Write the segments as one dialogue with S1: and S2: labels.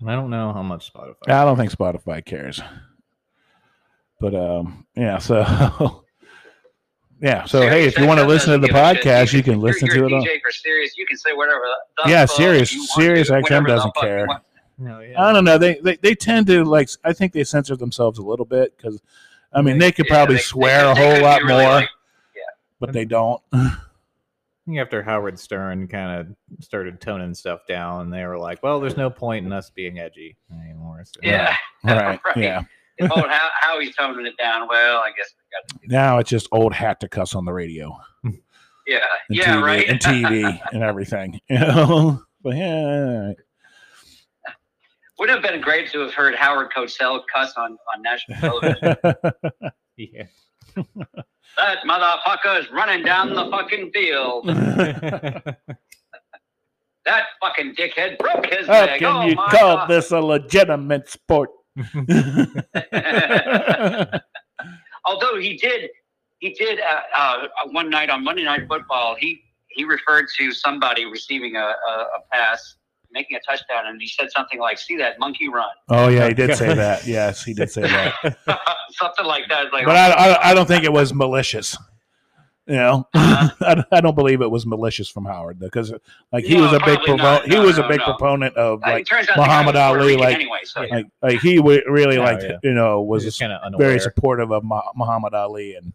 S1: And I don't know how much Spotify.
S2: I don't think Spotify cares. But um, yeah, so yeah, so hey, if you want to listen to the podcast, you can listen to it on.
S3: DJ for serious, you can say whatever. the
S2: Yeah,
S3: fuck
S2: Sirius-
S3: you want
S2: Sirius
S3: to,
S2: XM
S3: whenever the
S2: doesn't
S3: fuck you
S2: care.
S3: want.
S1: No, yeah.
S2: I don't know. They, they they tend to like. I think they censor themselves a little bit because, I mean, they could
S3: Yeah,
S2: probably
S3: they- they
S2: swear
S3: could-
S2: a
S3: they
S2: whole
S3: could
S2: lot
S3: be really,
S2: more,
S3: like,
S2: but they don't.
S1: I think after Howard Stern kind of started toning stuff down, they were like, "Well, there's no point in us being edgy anymore." So-
S3: Yeah.
S2: right?
S3: Right.
S2: Yeah.
S3: If old how, how he's toning it down, well, I guess we got to do
S2: Now it's just old hat to cuss on the radio.
S3: Yeah.
S2: and
S3: Yeah,
S2: TV
S3: right.
S2: and TV and everything. You know, but yeah, all right.
S3: Would have been great to have heard Howard Cosell cuss on, on national television.
S1: yeah.
S3: that motherfucker is running down the fucking field. That fucking dickhead broke his
S2: how
S3: leg.
S2: can
S3: oh
S2: you
S3: my
S2: call
S3: God.
S2: this a legitimate sport?
S3: Although he did, he did uh, uh, one night on Monday Night Football. He he referred to somebody receiving a, a, a pass, making a touchdown, and he said something like, "See that monkey run,"
S2: oh yeah, he did say that. Yes, he did say that.
S3: something like that. It's Like,
S2: But I, I, I don't think it was malicious. You know,
S3: Uh-huh.
S2: I, I don't believe it was malicious from Howard though, because like he
S3: No,
S2: was a big
S3: probably
S2: proponent.
S3: not.
S2: He
S3: No,
S2: was a
S3: no,
S2: big
S3: no.
S2: proponent of
S3: Uh, it
S2: like,
S3: turns out the guy was
S2: Muhammad
S3: Puerto
S2: Ali,
S3: Rican
S2: like-
S3: anyway, so yeah.
S2: like, like he w- really
S1: Oh,
S2: liked
S1: yeah.
S2: you know was
S1: just kind of unaware.
S2: very supportive of Mu- Muhammad Ali and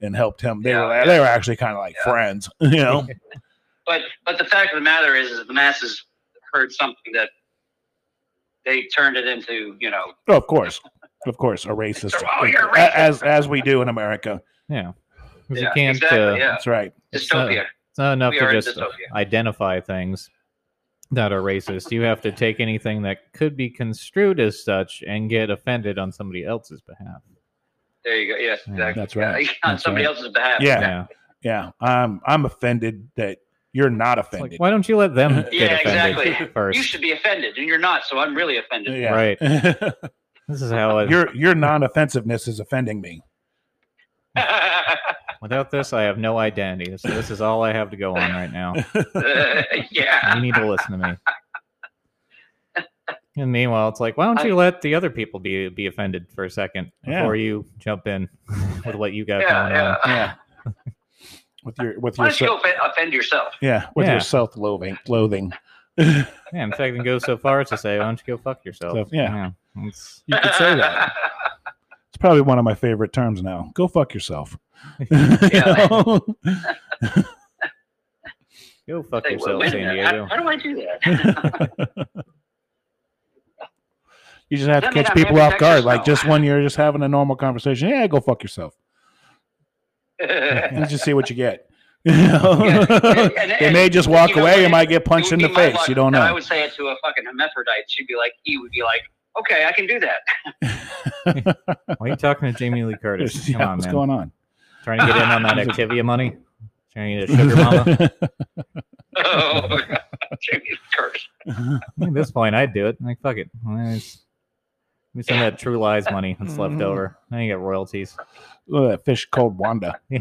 S2: and helped him. They
S3: Yeah,
S2: were
S3: yeah.
S2: they were actually kind of like
S3: Yeah.
S2: friends, you know.
S3: But but the fact of the matter is, is the masses heard something that they turned it into, you know,
S2: Oh, of course, of course, a racist.
S3: Oh, you're
S2: A-
S3: racist.
S2: As as we do in America.
S1: Yeah. 'Cause you
S3: Yeah,
S1: can't.
S3: exactly,
S1: uh,
S3: yeah.
S2: That's right.
S1: It's not-
S3: dystopia.
S1: It's not enough
S3: We are
S1: to
S3: in
S1: just
S3: dystopia.
S1: identify things that are racist. You have to take anything that could be construed as such and get offended on somebody else's behalf.
S3: There you go. Yes,
S1: Yeah,
S3: exactly.
S2: that's right.
S3: Yeah, On
S2: That's
S3: somebody
S2: right.
S3: else's behalf.
S2: Yeah.
S1: Yeah.
S2: Yeah, I'm I'm offended that you're not
S1: It's
S2: offended.
S1: Like, why don't you let them get
S3: Yeah,
S1: offended
S3: exactly.
S1: first?
S3: You should be offended, and you're not, so I'm really offended.
S2: yeah.
S1: Right. This is how it,
S2: your your non offensiveness is offending me.
S1: without this, I have no identity. So this is all I have to go on right now.
S3: yeah.
S1: You need to listen to me. And meanwhile, it's like, why don't you let the other people be be offended for a second
S2: Yeah.
S1: before you jump in with what you got
S3: Yeah,
S1: going
S3: yeah.
S1: on?
S2: uh, Yeah. with your with
S3: Why
S2: your
S3: don't
S2: se-
S3: you go offend, offend yourself?
S2: yeah with
S1: Yeah.
S2: your self loathing loathing.
S1: Yeah, in fact, I can go so far as to say, why don't you go fuck yourself?
S2: So, yeah.
S1: It's-
S2: You could say that. It's probably one of my favorite terms now. Go fuck yourself. You know?
S1: go fuck
S3: Hey,
S1: yourself,
S3: wait a
S1: San
S3: minute,
S1: Diego.
S3: How, how do I do that?
S2: You just have to
S3: Doesn't mean
S2: catch
S3: I'm
S2: people off guard.
S3: anti-Texas,
S2: Like
S3: though.
S2: just when you're just having a normal conversation, yeah, go fuck yourself.
S3: It
S2: Let's just see what you get. You know?
S3: and- and-
S2: they may just walk
S3: you know
S2: away.
S3: what?
S2: You might get punched
S3: would
S2: in the
S3: be my
S2: face.
S3: luck.
S2: You don't
S3: No, I
S2: know.
S3: would say it to a fucking hermaphrodite. She'd be like, he would be like, okay, I can do that.
S1: Why are you talking to Jamie Lee Curtis? Come
S2: Yeah,
S1: on,
S2: what's
S1: man.
S2: going on?
S1: Trying to get in on that Activia money? Trying to get a sugar mama?
S3: Oh, Jamie Curtis.
S1: At this point, I'd do it. Like, fuck it. Nice. Give me some of that True Lies money that's
S2: Mm-hmm.
S1: left over. Now you got royalties.
S2: Look at that fish called Wanda,
S1: yeah,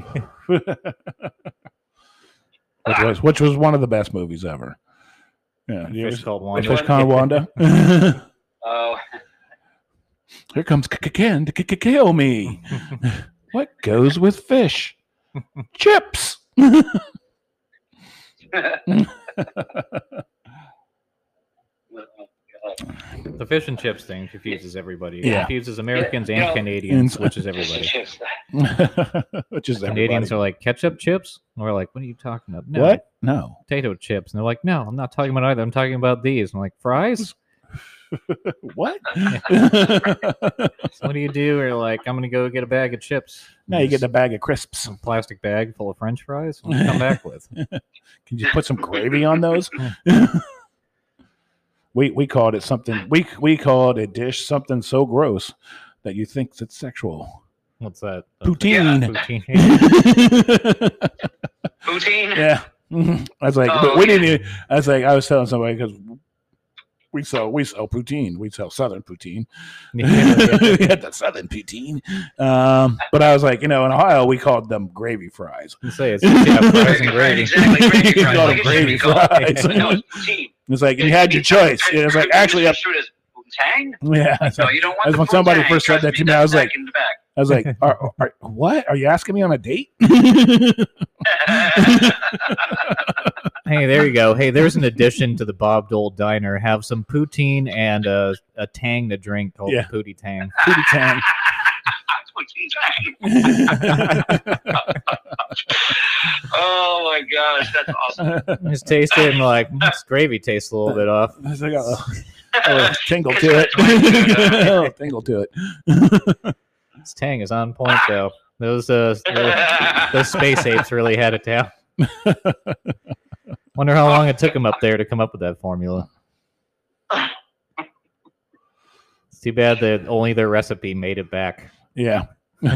S2: which was which was one of the best movies ever. Yeah, you
S1: fish
S2: ever-
S1: called
S2: the
S1: Wanda.
S2: fish called Wanda.
S3: Oh,
S2: Here comes K- K- Ken to K- K- kill me. what goes with fish? Chips.
S3: oh
S1: The fish and chips thing confuses everybody. It
S2: Yeah.
S1: confuses Americans
S3: You
S1: and
S3: know-
S1: Canadians, which is everybody.
S3: Shit.
S2: Which is
S1: Canadians
S2: everybody.
S1: are like, ketchup chips? And we're like, what are you talking about? No,
S2: What? No.
S1: potato chips. And they're like, no, I'm not talking about either. I'm talking about these. I'm like, fries?
S2: What?
S1: So what do you do? Or like, I'm gonna go get a bag of chips.
S2: now you get a bag of crisps.
S1: a plastic bag full of French fries. What do you come back with?
S2: Can you put some gravy on those? we we called it something. We we called a dish something so gross that you think it's sexual.
S1: What's that?
S2: Poutine.
S1: Poutine.
S2: Yeah.
S3: Poutine?
S2: Mhm. I was like,
S3: Oh,
S2: but we
S3: yeah.
S2: didn't. Even, I was like, I was telling somebody because we sell we sell poutine. We sell southern poutine. we had the southern poutine. Um, but I was like, you know, in Ohio we called them gravy fries.
S1: You say it's yeah, fries and
S3: Right,
S1: gravy.
S3: Exactly. Gravy
S2: You
S3: fries.
S2: call
S3: Like
S2: it
S3: it
S2: gravy
S3: should be called.
S2: fries.
S3: No, it's poutine.
S2: It's like you had your choice. It was like actually,
S3: You
S2: up,
S3: shoot as Tang?
S2: Yeah. I
S3: No, you don't want
S2: That's
S3: the
S2: when somebody
S3: Wu-Tang.
S2: first said
S3: Trust
S2: that
S3: me,
S2: to me, I
S3: that's
S2: was like-
S3: back in the back.
S2: was like, are, are, what? Are you asking me on a date? yeah.
S1: Hey, there you go. Hey, there's an addition to the Bob Dole Diner. Have some poutine and a, a tang to drink called
S2: Yeah.
S1: Pootie Tang.
S2: Pretty tang.
S3: That's what you think. Oh my gosh, that's awesome.
S1: Just taste it and like, "Mm, this gravy tastes a little bit off.
S2: It's like a, a little tingle to it.
S3: It's right
S2: A little tingle to it.
S1: This tang is on point though. Those uh, those, those space apes really had it down. Wonder how long it took them up there to come up with that formula. It's too bad that only their recipe made it back.
S2: Yeah.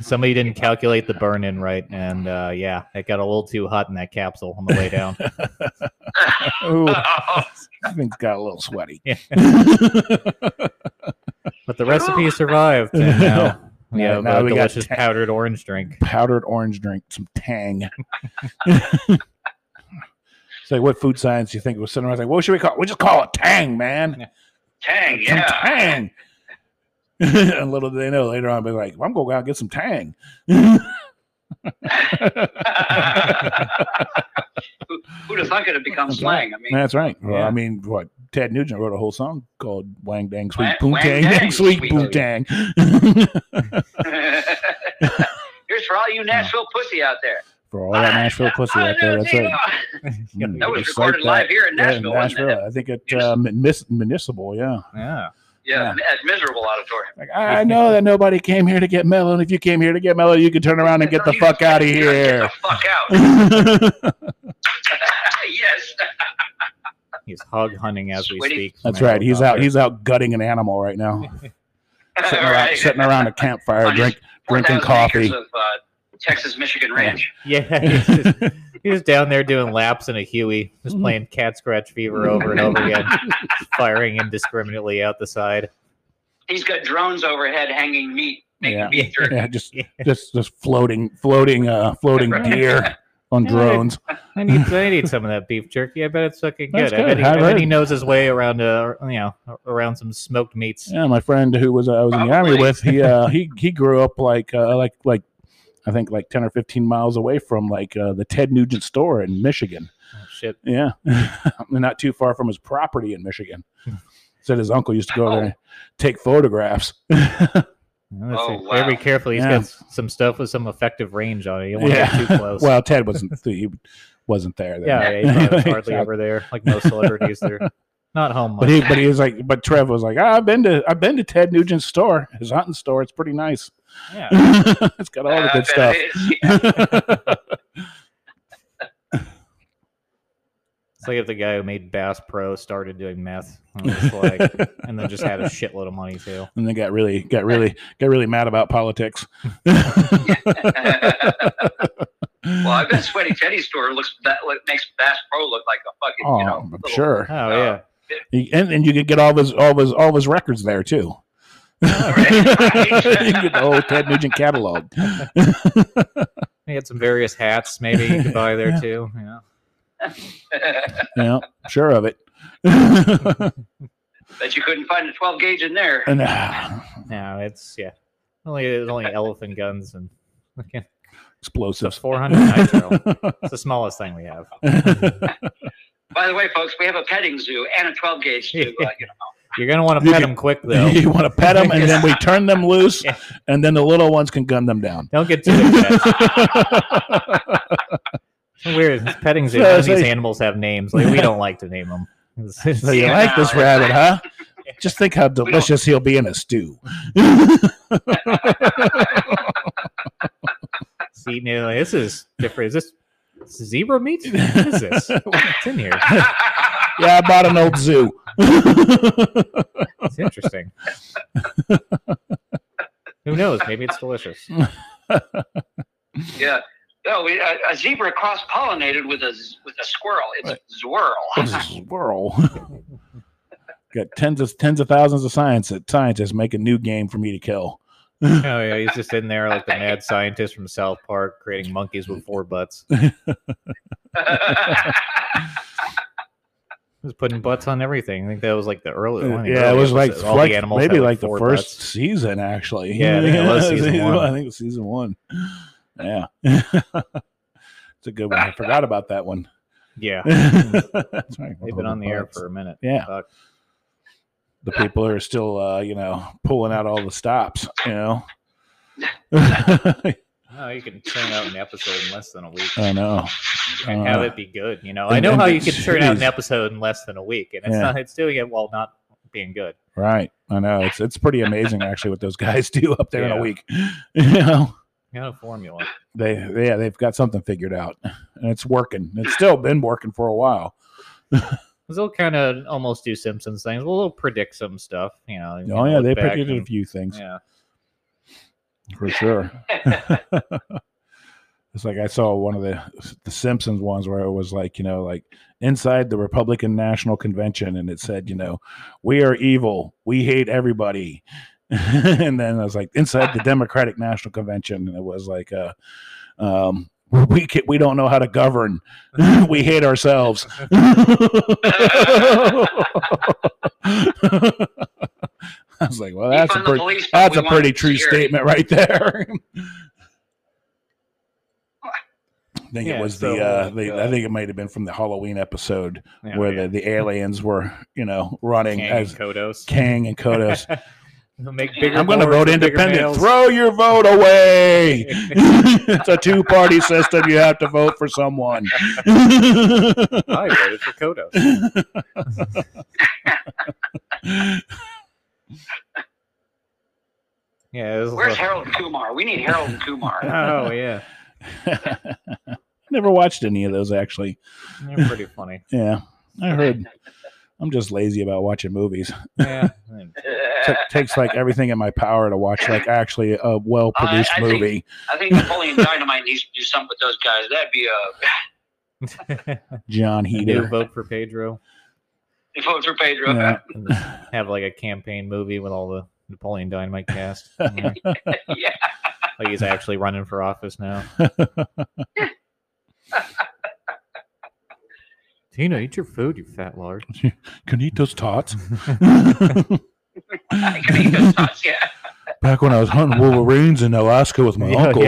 S1: Somebody didn't calculate the burn in right, and uh, yeah, it got a little too hot in that capsule on the way down.
S2: Ooh,
S3: oh,
S2: I think it's got a little sweaty.
S1: Yeah.
S2: Yeah.
S1: But the recipe survived. And now, we
S2: Oh. Now-
S1: have
S2: now
S1: a
S2: we got
S1: delicious
S2: ta-
S1: powdered orange drink.
S2: powdered orange drink, some tang. Say what food science do you think was sitting around? Like, what should we call it? We just call it tang, man.
S3: Tang,
S2: Some
S3: yeah.
S2: tang. and little did they know later on, be like, I'm gonna go out and get some tang. yeah,
S3: Who- Who'd have thought it'd become slang? I mean,
S2: that's right. Well,
S1: Yeah.
S2: I mean, what Ted Nugent wrote a whole song called "Wang Dang Sweet
S3: Wang-
S2: Boom
S3: Wang
S2: Tang,
S3: Dang
S2: Sweet
S3: Sweet
S2: Boom
S3: Boom
S2: Tang."
S3: Here's for all you Nashville pussy out there.
S2: For all that Nashville pussy out there, that's right. Mm,
S3: That was
S2: recite
S3: recorded
S2: that.
S3: live here in
S2: Yeah, in
S3: Nashville, wasn't it?
S2: Nashville. I think it uh, munis- municipal. Yeah.
S1: Yeah.
S3: Yeah, at miserable auditorium.
S2: Like, I know that nobody came here to get mellow. And if you came here to get mellow, you could turn around and get the fuck out of
S3: Get the
S2: here.
S3: fuck out.
S2: That's
S3: yes.
S1: He's hog hunting as we
S3: Sweetie.
S1: speak.
S2: right. He's out. He's out gutting an animal right now, sitting
S3: All
S2: around,
S3: right.
S2: sitting around a campfire,
S3: On his
S2: drink, drinking
S3: 4,000 acres
S2: coffee.
S3: Of, uh, Texas Michigan Ranch.
S1: yeah. He's, just, he's down there doing laps in a Huey,
S2: Mm-hmm.
S1: just playing cat scratch fever over and over again, firing indiscriminately out the side.
S3: He's got drones overhead hanging meat, making
S2: Yeah.
S3: meat jerky.
S2: Yeah, just, just, just floating, floating, uh, floating deer on
S1: Yeah.
S2: drones.
S1: I need, I need some of that beef jerky. I bet it's fucking good.
S2: That's
S1: I bet,
S2: good.
S1: he,
S2: I
S1: I bet
S2: heard.
S1: he knows his way around, uh, you know, around some smoked meats.
S2: Yeah, my friend who was uh, I was in the army
S3: Probably.
S2: with, he uh, he he grew up like uh, like like I think like ten or fifteen miles away from like uh, the Ted Nugent store in Michigan.
S1: Oh, shit.
S2: Yeah, not too far from his property in Michigan. Said his uncle used to go there, and
S1: Oh.
S2: take photographs.
S1: Let's
S3: Oh,
S1: see.
S3: wow.
S1: Very carefully. He's
S2: Yeah.
S1: got s- some stuff with some effective range on it. You don't want to
S2: Yeah.
S1: get too close.
S2: well, Ted wasn't he wasn't there. Then.
S1: Yeah, yeah, he probably was hardly
S2: Exactly.
S1: ever there. Like most celebrities, they're not home
S2: But
S1: much.
S2: he, but he was like, but Trev was like, "Ah, I've been to, I've been to Ted Nugent's store, his hunting store. It's pretty nice.
S1: Yeah.
S2: it's got all
S3: Uh,
S2: the
S3: I
S2: good
S3: bet
S2: stuff.
S3: it is.
S1: It's like if the guy who made Bass Pro started doing meth, and, it's like, and then just had a shitload of money too.
S2: and they got really, got really, got really mad about politics.
S3: well, I bet Sweaty Teddy's store looks that like, makes Bass Pro look like a fucking,
S2: oh,
S3: you know,
S2: I'm
S3: little-
S2: sure.
S1: Oh yeah,
S2: He- and, and you could get all of his all of his all of his records there too. you can get the whole Ted Nugent catalog.
S1: he had some various hats. Maybe you could buy there
S2: Yeah.
S1: too. Yeah,
S2: Yeah, sure of it.
S3: Bet you couldn't find a 12 gauge in there.
S2: and uh,
S1: no, it's yeah, only it's only elephant guns and fucking
S2: explosives.
S1: 400 nitro. It's the smallest thing we have.
S3: By the way, folks, we have a petting zoo and a 12 gauge too. Uh, you know.
S1: You're gonna want to
S2: You
S1: pet
S2: can-
S1: them quick though.
S2: You want to pet them, and then we turn them loose,
S1: Yeah.
S2: and then the little ones can gun them down.
S1: Don't get too attached. It's weird. It's petting zoo.
S2: So
S1: None of
S2: it's
S1: these
S2: like-
S1: animals have names. Like we don't like to name them.
S2: So you like this
S3: Yeah.
S2: rabbit, huh? Just think how delicious he'll be in a stew.
S1: See, you know, this is different. Is this this is zebra meat? What is this? What's in here?
S2: Yeah, I bought an old zoo.
S1: It's interesting. Who knows? Maybe it's delicious.
S3: yeah. No, we, a, a zebra cross pollinated with a z- with a squirrel. It's
S2: Right.
S3: zwirl.
S2: Squirrel. Got tens of tens of thousands of science scientists make a new game for me to kill.
S1: Oh yeah, he's just in there like the mad scientist from South Park creating monkeys with four butts. was putting butts on everything. I think that was like the early one. of the
S2: yeah, it
S1: early
S2: was like
S1: episodes. all
S2: like-
S1: the animals.
S2: maybe
S1: had,
S2: like the
S1: four
S2: first
S1: butts.
S2: season, actually.
S1: Yeah, I think it was season one.
S2: I think it was season one. Yeah, it's a good one. I forgot about that one.
S1: Yeah,
S2: That's right.
S1: they've been on the air for a minute.
S2: Yeah.
S1: Fuck.
S2: the people who are still, uh, you know, pulling out all the stops. You know,
S1: No, Oh, you can turn out an episode in less than a week
S2: I know.
S1: and
S2: Uh,
S1: have it be good. You know, I
S2: and-
S1: know
S2: and-
S1: how you can turn out an
S2: jeez.
S1: episode in less than a week, and it's
S2: Yeah.
S1: not. It's doing it while not being good.
S2: Right. I know. It's it's pretty amazing actually what those guys do up there in
S1: Yeah.
S2: a week. You know.
S1: You know, formula.
S2: They yeah, they've got something figured out. And it's working. It's still been working for a while.
S1: They'll kind of almost do Simpsons things. Well, they'll predict some stuff. You know. you
S2: Oh
S1: can
S2: yeah,
S1: look
S2: they
S1: back
S2: predicted a
S1: and-
S2: few things
S1: Yeah.
S2: for sure. It's like I saw one of the the Simpsons ones where it was like, you know, like inside the Republican National Convention and it said, you know, we are evil. We hate everybody. and then I was like inside the Democratic National Convention and it was like uh um we can, we don't know how to govern. we hate ourselves. I was like, well, that's a pretty
S3: police, but
S2: that's
S3: we
S2: a
S3: want
S2: pretty true
S3: security.
S2: statement right there. I think
S1: Yeah,
S2: it was
S1: so,
S2: the, uh,
S1: like,
S2: the
S1: uh,
S2: I think it might have been from the Halloween episode
S1: Yeah, Oh,
S2: where
S1: yeah.
S2: The, the aliens were, you know, running
S1: Kang
S2: as
S1: and Kodos.
S2: Kang and Kodos.
S1: They'll make
S3: I'm
S1: bigger
S2: I'm going to
S1: boards
S2: vote
S1: and bigger
S2: independent.
S1: nails.
S2: Throw your vote away. it's a two party system. You have to vote for someone.
S1: I voted for Kodos. Yeah. This is
S3: Where's
S1: a-
S3: Harold Kumar? We need Harold Kumar.
S1: Oh yeah,
S2: Never watched any of those actually.
S1: they're pretty funny.
S2: Yeah, I heard. I'm just lazy about watching movies.
S1: Yeah.
S2: T- takes like everything in my power to watch like actually a well produced
S3: I- I think-
S2: movie.
S3: I think Napoleon Dynamite needs to do something with those guys. That'd be uh, a
S2: John
S1: New
S2: Heater.
S1: vote for Pedro.
S3: if it was for Pedro.
S2: Yeah.
S1: and just have like a campaign movie with all the Napoleon Dynamite cast. in there.
S3: yeah.
S1: like he's actually running for office now. Tina, eat your food, you fat lard.
S2: Can eat those tots.
S3: I can eat those tots, yeah.
S2: Back when I was hunting wolverines in Alaska with my
S1: Yeah,
S2: uncle.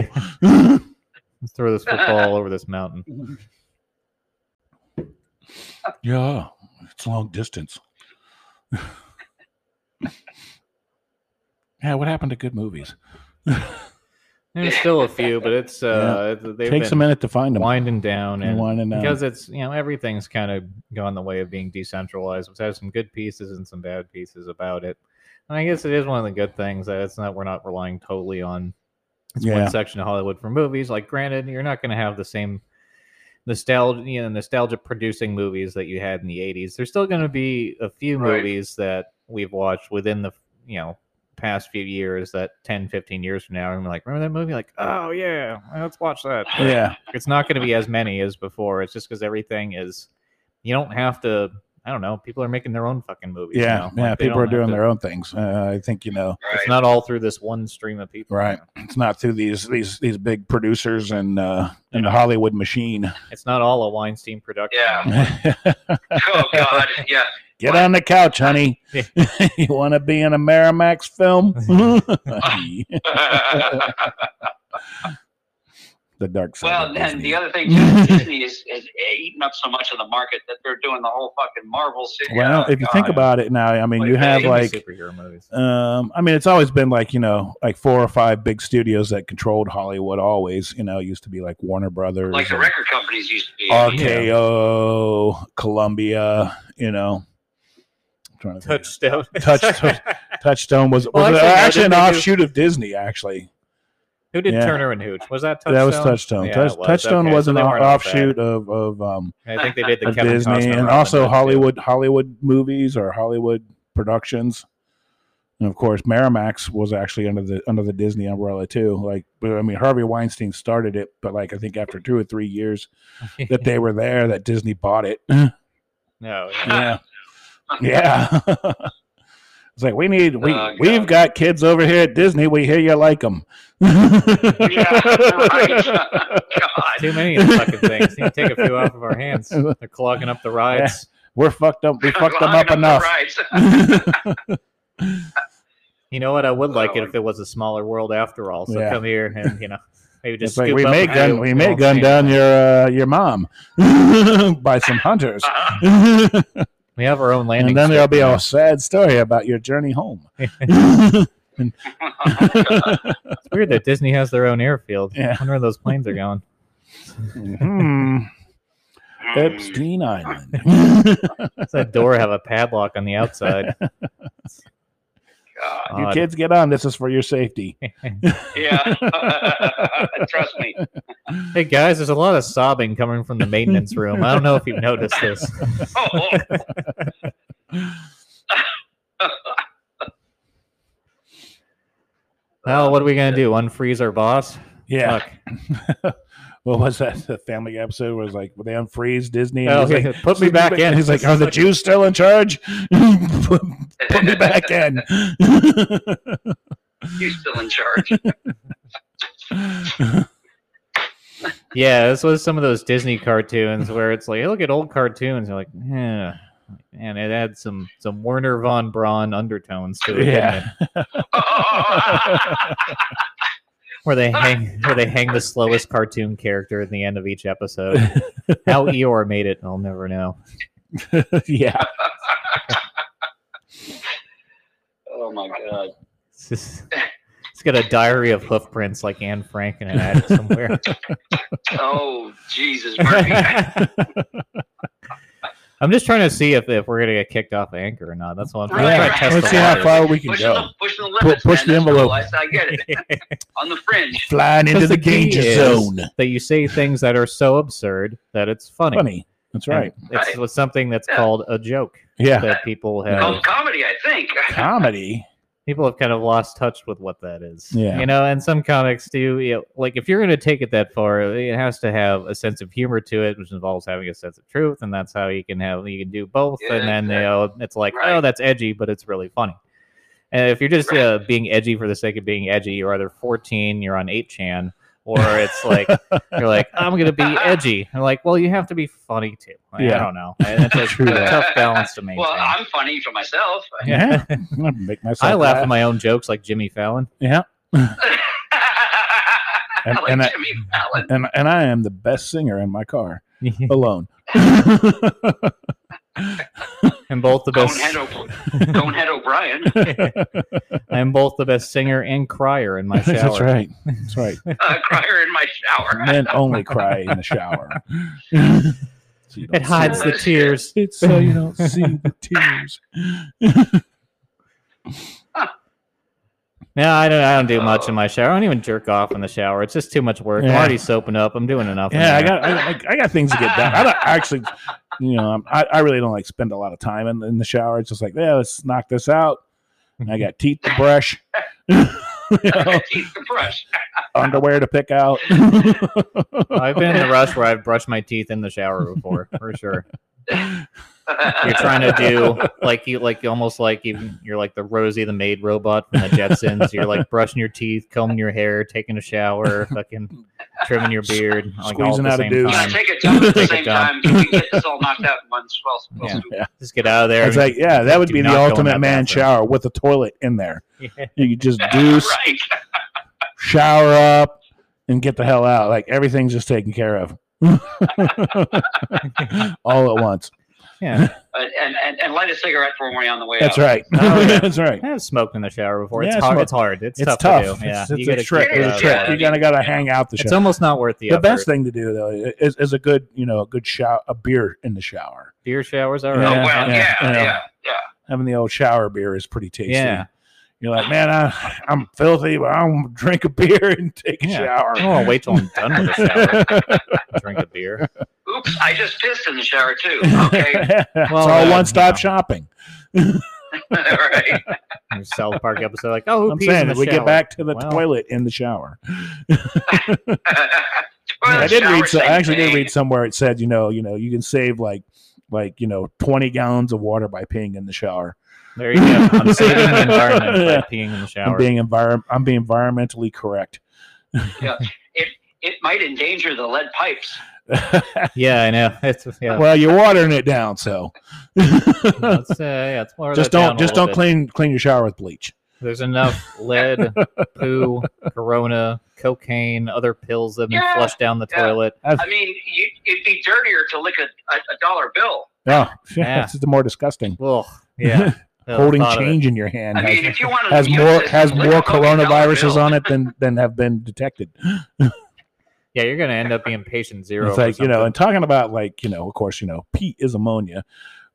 S1: Let's throw this football all over this mountain.
S2: yeah, it's long distance. yeah, what happened to good movies?
S1: There's still a few, but it's uh, they've
S2: Takes a
S1: been
S2: minute to find uh, them.
S1: winding down and
S2: Winding down.
S1: because it's you know everything's kind of gone the way of being decentralized. We've had some good pieces and some bad pieces about it. And I guess it is one of the good things that it's not we're not relying totally on it's
S2: Yeah.
S1: one section of Hollywood for movies. Like, granted, you're not going to have the same nostalgia, you know, nostalgia producing movies that you had in the '80s. There's still going to be a few
S3: Right.
S1: movies that we've watched within the you know past few years that 10 15 years from now i'm like remember that movie like oh yeah let's watch that
S2: yeah,
S1: it's not going to be as many as before. It's just because everything is. You don't have to. I don't know. People are making their own fucking movies.
S2: yeah,
S1: now.
S2: yeah.
S1: Like, they don't
S2: People are
S1: have
S2: doing
S1: to-
S2: their own things. Uh, I think you know.
S3: Right.
S1: It's not all through this one stream of people.
S2: Right. It's not through these these these big producers and uh and the Hollywood machine.
S1: It's not all a Weinstein production.
S3: Yeah.
S2: Get
S3: oh, God. Yeah.
S2: on the couch, honey.
S1: Yeah.
S2: you want to be in a Miramax film? the dark side.
S3: well,
S2: of
S3: and then
S2: Disney.
S3: the other thing too, Disney is, is eating up so much of the market that they're doing the whole fucking Marvel Oh, series.
S2: well, if you think
S1: God.
S2: about it now, I mean,
S3: Like,
S2: you
S3: they
S2: have
S1: Even the
S2: like
S1: superhero movies.
S2: um i mean it's always been like you know like four or five big studios that controlled hollywood always you know it used to be like warner brothers
S3: like the
S2: and
S3: record companies used to be.
S2: rko columbia you know I'm trying to think.
S1: Touchstone.
S2: Touchstone. Touchstone was, was
S1: Well,
S2: actually,
S1: actually, no,
S2: an
S1: didn't they do-
S2: offshoot of Disney. Actually,
S1: Who did
S2: Yeah.
S1: Turner and Hooch? Was that Touchstone?
S2: that was Touchstone.
S1: Yeah,
S2: Touch,
S1: it was.
S2: Touchstone
S1: Okay,
S2: was
S1: so
S2: an
S1: they
S2: off-
S1: weren't all
S2: offshoot of of, um,
S1: bad. I think they did the
S2: of
S1: Kevin
S2: Disney,
S1: Costner
S2: and
S1: Robin
S2: also
S1: Hood, too.
S2: Hollywood Hollywood movies or Hollywood productions. And of course, Merrimax was actually under the under the Disney umbrella too. Like, but, I mean, Harvey Weinstein started it, but like I think after two or three years that they were there, that Disney bought it.
S1: no. yeah.
S2: yeah yeah it's like we need we
S3: Oh,
S2: we've
S3: God.
S2: got kids over here at disney we hear you like them
S3: right. God.
S1: Too many of the fucking things. Need to take a few off of our hands. They're clogging up the rides.
S2: We're fucked up. We fucked them up enough.
S1: You know what? I would like it
S3: Well-
S1: if it was a smaller world after all. So
S2: Yeah.
S1: come here and you know maybe just
S2: It's like
S1: scoop
S2: we
S1: up
S2: may
S1: a
S2: gun,
S1: few,
S2: we
S1: you
S2: may
S1: know,
S2: gun
S1: and-
S2: down your uh, your mom by some hunters, and
S1: We have our own landing.
S2: then there'll
S1: strip
S2: be
S1: now.
S2: a sad story about your journey home.
S1: It's weird that Disney has their own airfield.
S2: Yeah.
S1: I wonder where those planes are going.
S2: Hmm.
S3: right.
S2: Epstein Island.
S1: Does that door have a padlock on the outside?
S3: God.
S2: you
S1: Odd.
S2: kids get on. This is for your safety.
S3: Yeah. Trust me.
S1: Hey guys, there's a lot of sobbing coming from the maintenance room. I don't know if you've noticed this.
S3: Oh,
S1: Well, what are we gonna do? Unfreeze our boss?
S2: Yeah.
S1: Fuck.
S2: What was that? The Family Guy episode was like, well, they unfreeze Disney. And
S1: Oh,
S2: he's like,
S1: put me back in.
S2: He's like, are the Jews still in charge? put, put me back in.
S3: you still in charge. Oh,
S1: Yeah, this was some of those Disney cartoons where it's like, hey, look at old cartoons. You're like, yeah. And it had some some Werner von Braun undertones to it, didn't
S2: Yeah.
S1: it?
S3: oh,
S1: Where they hang where they hang the slowest cartoon character at the end of each episode. How Eeyore made it, I'll never know.
S2: yeah.
S3: oh my God.
S1: It's just it's got a diary of hoof prints like Anne Frank in an attic somewhere.
S3: Oh Jesus, Murphy.
S1: I'm just trying to see if, if we're gonna get kicked off anchker or not. That's what I'm trying,
S3: Right,
S1: I'm
S3: right.
S1: trying to test
S2: Let's see
S1: the
S2: how
S1: waters.
S2: far we can
S3: Pushing
S2: go.
S3: the, pushing the limits.
S2: push the
S3: man. That's
S2: envelope.
S3: cool. I, I get it. On the fringe.
S2: Flying into
S1: Because
S2: the
S1: key
S2: danger
S1: is
S2: zone.
S1: That you say things that are so absurd that it's funny.
S2: Funny. That's
S1: And
S2: right.
S1: It's
S3: Right.
S1: something that's
S3: Yeah.
S1: called a joke
S2: Yeah.
S1: that people have
S3: Oh, comedy, I think.
S2: Comedy.
S1: people have kind of lost touch with what that is.
S2: Yeah.
S1: You know, and some comics do. You know, like if you're going to take it that far, it has to have a sense of humor to it, which involves having a sense of truth, and that's how you can have you can do both.
S3: Yeah,
S1: and then you know, it's like, oh,
S3: Right.
S1: that's edgy, but it's really funny. And if you're just
S3: Right.
S1: uh, being edgy for the sake of being edgy, you're either 14, you're on 8chan, or it's like you're like, I'm gonna be edgy. I'm like, well, you have to be funny too. Like, I
S2: Yeah.
S1: don't know. And it's a
S2: True that.
S1: tough balance to maintain.
S3: Well, I'm funny for myself.
S2: Yeah. I'm gonna make myself
S1: I laugh
S2: laugh.
S1: at my own jokes like Jimmy Fallon.
S2: yeah. And-
S3: like
S2: and I-
S3: Jimmy Fallon.
S2: And, and I am the best singer in my car alone.
S1: I'm both the best.
S3: Conehead O'Brien. Conehead O'Brien.
S1: I'm both the best singer and crier in my shower.
S2: That's right. That's right.
S3: Uh, crier in my shower.
S2: Men only cry in the shower. So you don't
S1: It hides
S2: see
S1: the tears.
S2: It's so you don't see the tears.
S1: No, I don't. I don't do much in my shower. I don't even jerk off in the shower. It's just too much work. I'm
S2: Yeah.
S1: already soaping up. I'm doing enough. in
S2: Yeah, I
S1: there.
S2: got I, I- I got things to get done. I don't actually, you know, I'm- I, I really don't like spend a lot of time in, in the shower. It's just like, yeah, let's knock this out. And I got teeth to brush, you know,
S3: Teeth to brush.
S2: underwear to pick out.
S1: I've been in the rush where I've brushed my teeth in the shower before, for sure. You're trying to do like you like almost like you, you're like the Rosie the maid robot from the Jetsons. You're like brushing your teeth, combing your hair, taking a shower, fucking trimming your beard, like all at
S2: Squeezing
S1: the
S2: out a
S1: same
S2: deuce.
S3: Yeah,
S1: time.
S3: take a dump at the
S1: Take a
S3: same time.
S1: dump.
S3: Can we get this all knocked out in one swell? swell
S1: Yeah.
S3: swoop?
S1: Just get out of there.
S2: It's like, yeah, that would
S1: Do
S2: be
S1: not
S2: the
S1: go in
S2: ultimate
S1: that
S2: man
S1: bathroom.
S2: shower with a toilet in there. You could just
S3: Yeah,
S2: deuce,
S3: right. Uh,
S2: shower up, and get the hell out. Like everything's just taken care of all at once.
S1: yeah.
S3: And, and- and, and light a cigarette for me on the way
S2: That's
S3: out.
S2: right.
S1: Oh, yeah.
S2: That's right.
S1: I've smoked in the shower before.
S2: Yeah,
S1: it's hard.
S2: smoke-
S1: It's hard. It's,
S2: It's,
S1: tough,
S2: tough.
S1: to do. Yeah,
S2: It's, it's
S1: gotta
S2: a trick.
S1: keep
S3: it
S2: It's
S1: out.
S2: a
S3: up.
S2: trick.
S3: Yeah.
S2: You're gonna gotta hang out the
S1: uh, It's
S2: shower.
S1: almost not worth the,
S2: The
S1: effort.
S2: best thing to do though is, is a good, you know, a good shower, a beer in the shower.
S1: beer showers are.
S3: Oh,
S2: Yeah,
S3: well, yeah,
S2: yeah,
S3: yeah,
S2: yeah.
S3: yeah.
S2: Having the old shower beer is pretty tasty.
S1: Yeah.
S2: You're like, man, I, I'm filthy, but I'm gonna drink a beer and take a
S1: Yeah.
S2: shower.
S1: I don't want to Oh, wait till I'm done with the shower. and drink a beer.
S3: Oops, I just pissed in the shower too. Okay,
S2: it's
S1: Well,
S2: all
S1: uh,
S2: one stop
S1: you know.
S2: shopping.
S3: all right.
S1: Your South Park episode, like, oh, who
S2: I'm
S1: pees in
S2: saying
S1: the
S2: we
S1: shower?
S2: get back to the
S1: Well,
S2: toilet in the shower.
S3: Well,
S2: I did
S3: shower
S2: read. So, I
S3: thing,
S2: actually did
S3: hey,
S2: read somewhere it said, you know, you know, you can save like, like you know, 20 gallons of water by peeing in the shower.
S1: There you go. I'm saving the environment
S2: Yeah.
S1: by peeing in the
S2: I'm
S1: shower.
S2: being environment. I'm being environmentally correct.
S3: It might endanger the lead pipes.
S1: Yeah, I know. It's yeah.
S2: well, you're watering it down, so
S1: Let's, uh, yeah, let's lower
S2: just
S1: that down
S2: don't
S1: a
S2: just
S1: little
S2: don't
S1: bit.
S2: clean clean your shower with bleach.
S1: There's enough lead, poo, corona, cocaine, other pills that have been
S3: Yeah,
S1: flushed down the
S3: yeah.
S1: toilet.
S3: I mean, you, it'd be dirtier to lick a, a, a dollar bill.
S2: Yeah,
S1: Yeah.
S2: this is the more disgusting.
S1: Ugh. Yeah. Ugh,
S2: Holding
S1: thought of it.
S2: change in your hand
S3: I mean,
S2: has,
S3: if you want to,
S2: has more has more coronaviruses on it than than have been detected.
S1: Yeah, you're gonna end up being patient zero.
S2: It's
S1: for
S2: like you know,
S1: something.
S2: and talking about like you know, of course, you know, peat is ammonia.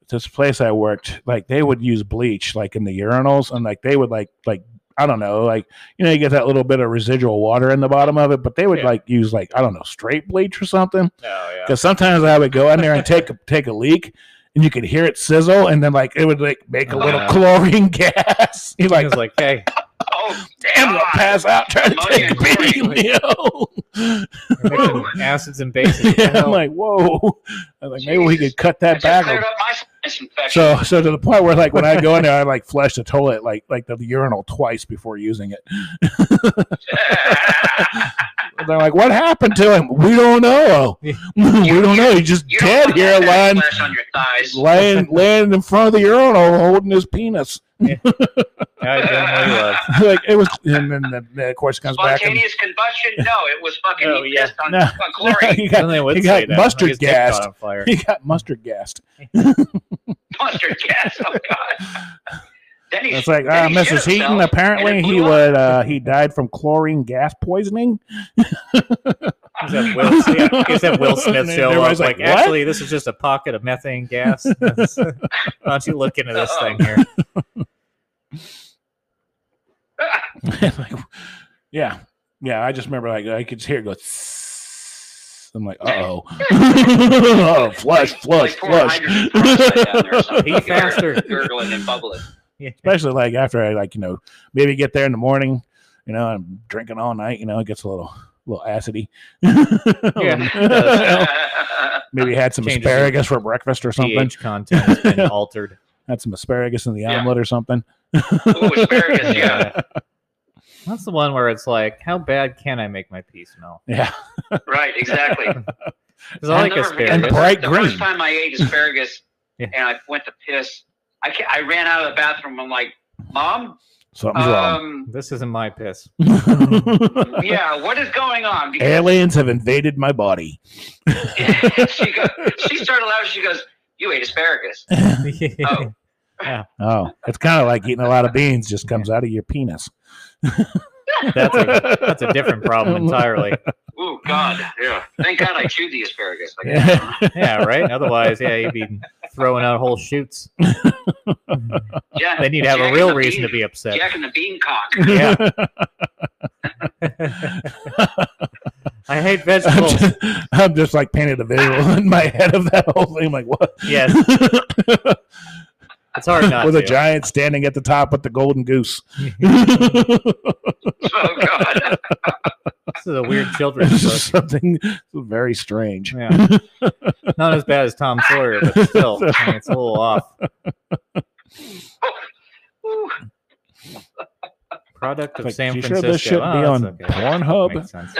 S2: This place I worked, like they would use bleach like in the urinals, and like they would like like I don't know, like you know, you get that little bit of residual water in the bottom of it, but they would
S1: Yeah.
S2: like use like I don't know, straight bleach or something.
S1: oh, yeah.
S2: Because sometimes I would go in there and take a, take a leak. And you could hear it sizzle, and then like it would like make a little
S1: Uh.
S2: chlorine gas. You're like,
S1: He's like, hey,
S3: Oh,
S2: damn, I'm gonna pass out trying to take
S3: Ammonia
S2: a pee.
S3: chlorine.
S2: You know?
S1: you're mixing acids and bases. What the
S2: Yeah, I'm
S1: hell?
S2: like, whoa. I was like, maybe we
S3: Jesus.
S2: could cut
S3: that
S2: that back.
S3: cleared
S2: a-
S3: up my infection.
S2: So, so to the point where, like, when I go in there, I like flush the toilet, like, like the urinal twice before using it. And they're like, "What happened to him? We don't know. we
S1: Yeah.
S2: don't know. He's just
S3: You don't
S2: dead
S3: want
S2: here,
S3: that
S2: lying,
S3: flash on your thighs.
S2: laying, laying in front of the urinal, holding his penis.
S1: Yeah, I generally was.
S2: like it was, and then the, the, of course it comes back. And,
S3: Spontaneous combustion? No, it was fucking
S1: No,
S3: he
S1: yeah.
S3: pissed on,
S2: No.
S3: on chlorine.
S2: he got,
S1: Then they would
S2: he
S1: say
S2: got
S1: that.
S2: mustard
S1: Like his dick caught
S2: gassed.
S1: on fire.
S2: he got mustard gassed.
S3: mustard gas. Oh god. Then he,
S2: It's like,
S3: then
S2: uh,
S3: he shit
S2: Mrs. Heaton.
S3: himself, and
S2: Apparently,
S3: it
S2: he
S3: blew up.
S2: would. Uh, he died from chlorine gas poisoning.
S1: Is that Will, yeah, is that Will Smith
S2: And
S1: show? I
S2: everybody's
S1: was like,
S2: like, "What?"
S1: actually, this is just a pocket of methane gas. Why don't you look into this thing here?
S2: like, yeah, yeah. I just remember like I could hear it go. "Tss." I'm like, uh oh, oh, flush, flush,
S3: Like pouring
S2: flush.
S3: hydrogen peroxide down there or something.
S1: Pee faster.
S3: Gurgling and bubbling.
S1: Yeah.
S2: Especially like after I like you know maybe get there in the morning, you know, I'm drinking all night, you know, it gets a little little acidy.
S1: Yeah.
S2: maybe had some
S1: Changes
S2: asparagus for breakfast or something.
S1: pH content has been altered.
S2: Had some asparagus in the
S3: Yeah.
S2: omelet or something.
S3: Ooh, asparagus, yeah.
S1: Yeah. That's the one where it's like, how bad can I make my pee smell?
S2: Yeah,
S3: Right, exactly.
S1: Because I like
S3: I'll never forget
S1: asparagus.
S2: And bright
S3: the
S2: green.
S3: first time I ate asparagus
S1: Yeah.
S3: and I went to piss, I, ca- I ran out of the bathroom. I'm like, Mom,
S2: something's
S3: um,
S1: This isn't my piss.
S2: wrong.
S3: yeah, what is going on? Because
S2: Aliens have invaded my body.
S3: she, go, she started laughing. She goes, You ate asparagus. Oh.
S2: Oh, it's kind of like eating a lot of beans; just comes out of your penis.
S1: That's a, that's a different problem entirely.
S3: Oh, God. Yeah. Thank God I chewed the asparagus. Like,
S2: Yeah.
S1: Yeah, right? Otherwise, yeah, you'd be throwing out whole shoots.
S3: yeah.
S1: Then you'd have a
S3: Jack and
S1: real
S3: the
S1: reason to
S3: bean-
S1: be upset.
S3: Jack and the Beancock.
S1: Yeah. I hate
S2: I'm,
S1: vegetables.
S2: just, I'm just like painted a visual in my head of that whole thing. Like what?
S1: yes, it's hard not
S2: with
S1: to.
S2: a giant standing at the top with the golden goose.
S3: Oh, God.
S1: this is a weird children's
S2: This
S1: book.
S2: is something very strange.
S1: Yeah. Not as bad as Tom Sawyer, but still, I mean, it's a little off.
S3: Ooh.
S1: Product of
S2: Like,
S1: San
S2: you sure
S1: Francisco.
S2: this shouldn't be
S1: Oh,
S2: on
S1: that's okay.
S2: Pornhub?
S1: Makes sense.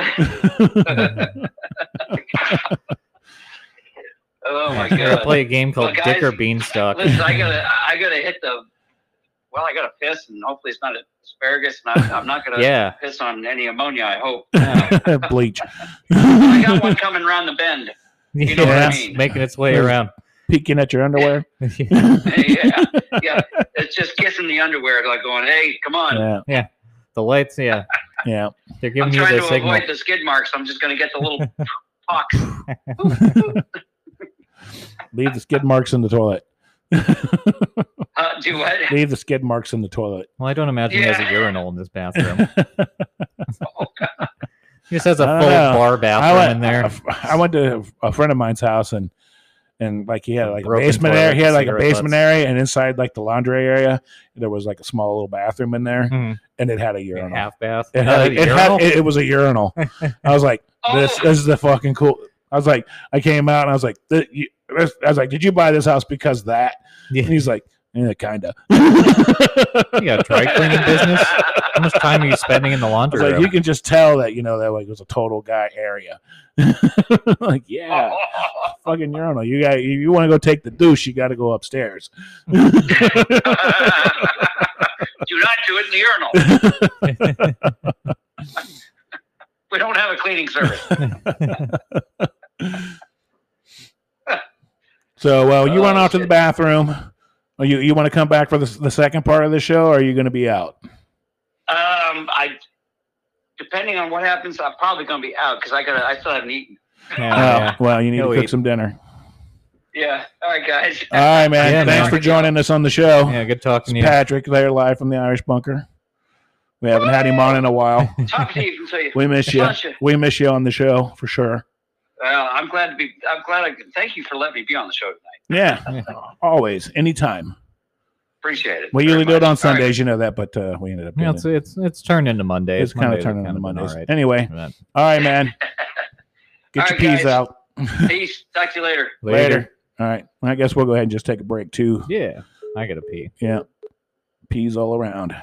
S3: Oh, my
S1: We're gonna
S3: God.
S1: play a game called
S3: Well, guys,
S1: Dick or Beanstalk.
S3: Listen, I gotta, I gotta hit the. Well, I gotta piss, and hopefully it's not asparagus, and I'm, I'm not gonna
S1: yeah,
S3: piss on any ammonia. I hope.
S2: Bleach.
S3: I got one coming around the bend. You know what I
S1: yeah,
S3: mean.
S1: making its way around.
S2: Peeking at your underwear.
S1: the
S3: Hey, yeah, yeah. It's just kissing the underwear, like going, "Hey, come on."
S2: Yeah,
S1: lights, yeah,
S2: yeah.
S1: they're
S3: I'm
S1: giving you
S3: trying
S1: the
S3: to
S1: signal.
S3: avoid the skid marks. I'm just gonna get the little pox.
S2: Leave the skid marks in the toilet.
S3: Uh, do what?
S2: Leave the skid marks in the toilet.
S1: Well, I don't imagine he has
S3: Yeah.
S1: a urinal in this bathroom. he just has a
S2: I don't
S1: full
S2: know.
S1: bar bathroom in there.
S2: I, I went to a friend of mine's house and and like he had
S1: A
S2: like a
S1: broken
S2: basement
S1: toilet
S2: area. He had
S1: and
S2: like a
S1: cigarette
S2: basement
S1: butts.
S2: area, and inside like the laundry area, there was like a small little bathroom in there,
S1: Hmm.
S2: and it had a
S1: Yeah,
S2: urinal.
S1: half bath.
S2: It
S1: Oh,
S2: had,
S1: the
S2: it,
S1: urinal?
S2: had, it, it was a urinal. I was like,
S3: Oh,
S2: this, this is the fucking cool. I was like, I came out and I was like, "Th- you- I was like, did you buy this house because of that?
S1: Yeah.
S2: And he's like, Yeah, kinda.
S1: You got a dry cleaning business? How much time are you spending in the
S2: I was
S1: laundry
S2: like,
S1: room?
S2: you can just tell that you know that like it was a total guy area. like, yeah, fucking urinal. You got you, you want to go take the douche? You got to go upstairs.
S3: do not do it in the urinal. we don't have a cleaning service.
S2: So, well, you
S3: Oh,
S2: went off to the
S3: shit.
S2: bathroom. Are you you want to come back for the, the second part of the show? Or are you going to be out?
S3: Um, I depending on what happens, I'm probably gonna be out because I gotta. I still haven't eaten.
S1: Yeah,
S2: Oh,
S1: yeah.
S2: well, you need
S1: You'll
S2: to cook
S1: eat.
S2: some dinner.
S3: Yeah. All right, guys.
S2: All right, man.
S1: Yeah,
S2: Thanks
S1: man.
S2: for joining us on the show.
S1: Yeah, good
S2: It's
S1: talking to you.
S2: Patrick there, live from the Irish Bunker. We haven't had him on in a while.
S3: Talk to you from you.
S2: We miss you.
S3: Gotcha.
S2: We miss you on the show for sure.
S3: Well, I'm glad to be. I'm glad. I, thank you for letting me be on the show tonight.
S2: Yeah, always, anytime.
S3: Appreciate it.
S2: We
S3: very
S2: usually do it
S3: much.
S2: on
S3: All right.
S2: Sundays, you know that, but uh, we ended up.
S1: Yeah,
S2: Doing
S1: it's
S2: it.
S1: it's it's turned into Monday.
S2: It's kind of
S1: Mondays have
S2: turning into
S1: been
S2: Mondays.
S1: alright.
S2: Anyway,
S1: But
S2: all right, man. Get
S3: All
S2: your
S3: right,
S2: peas
S3: guys.
S2: out
S3: Peace. Talk to you later.
S2: later.
S1: Later.
S2: All right. I guess we'll go ahead and just take a break too.
S1: Yeah, I gotta pee.
S2: Yeah, peas all around.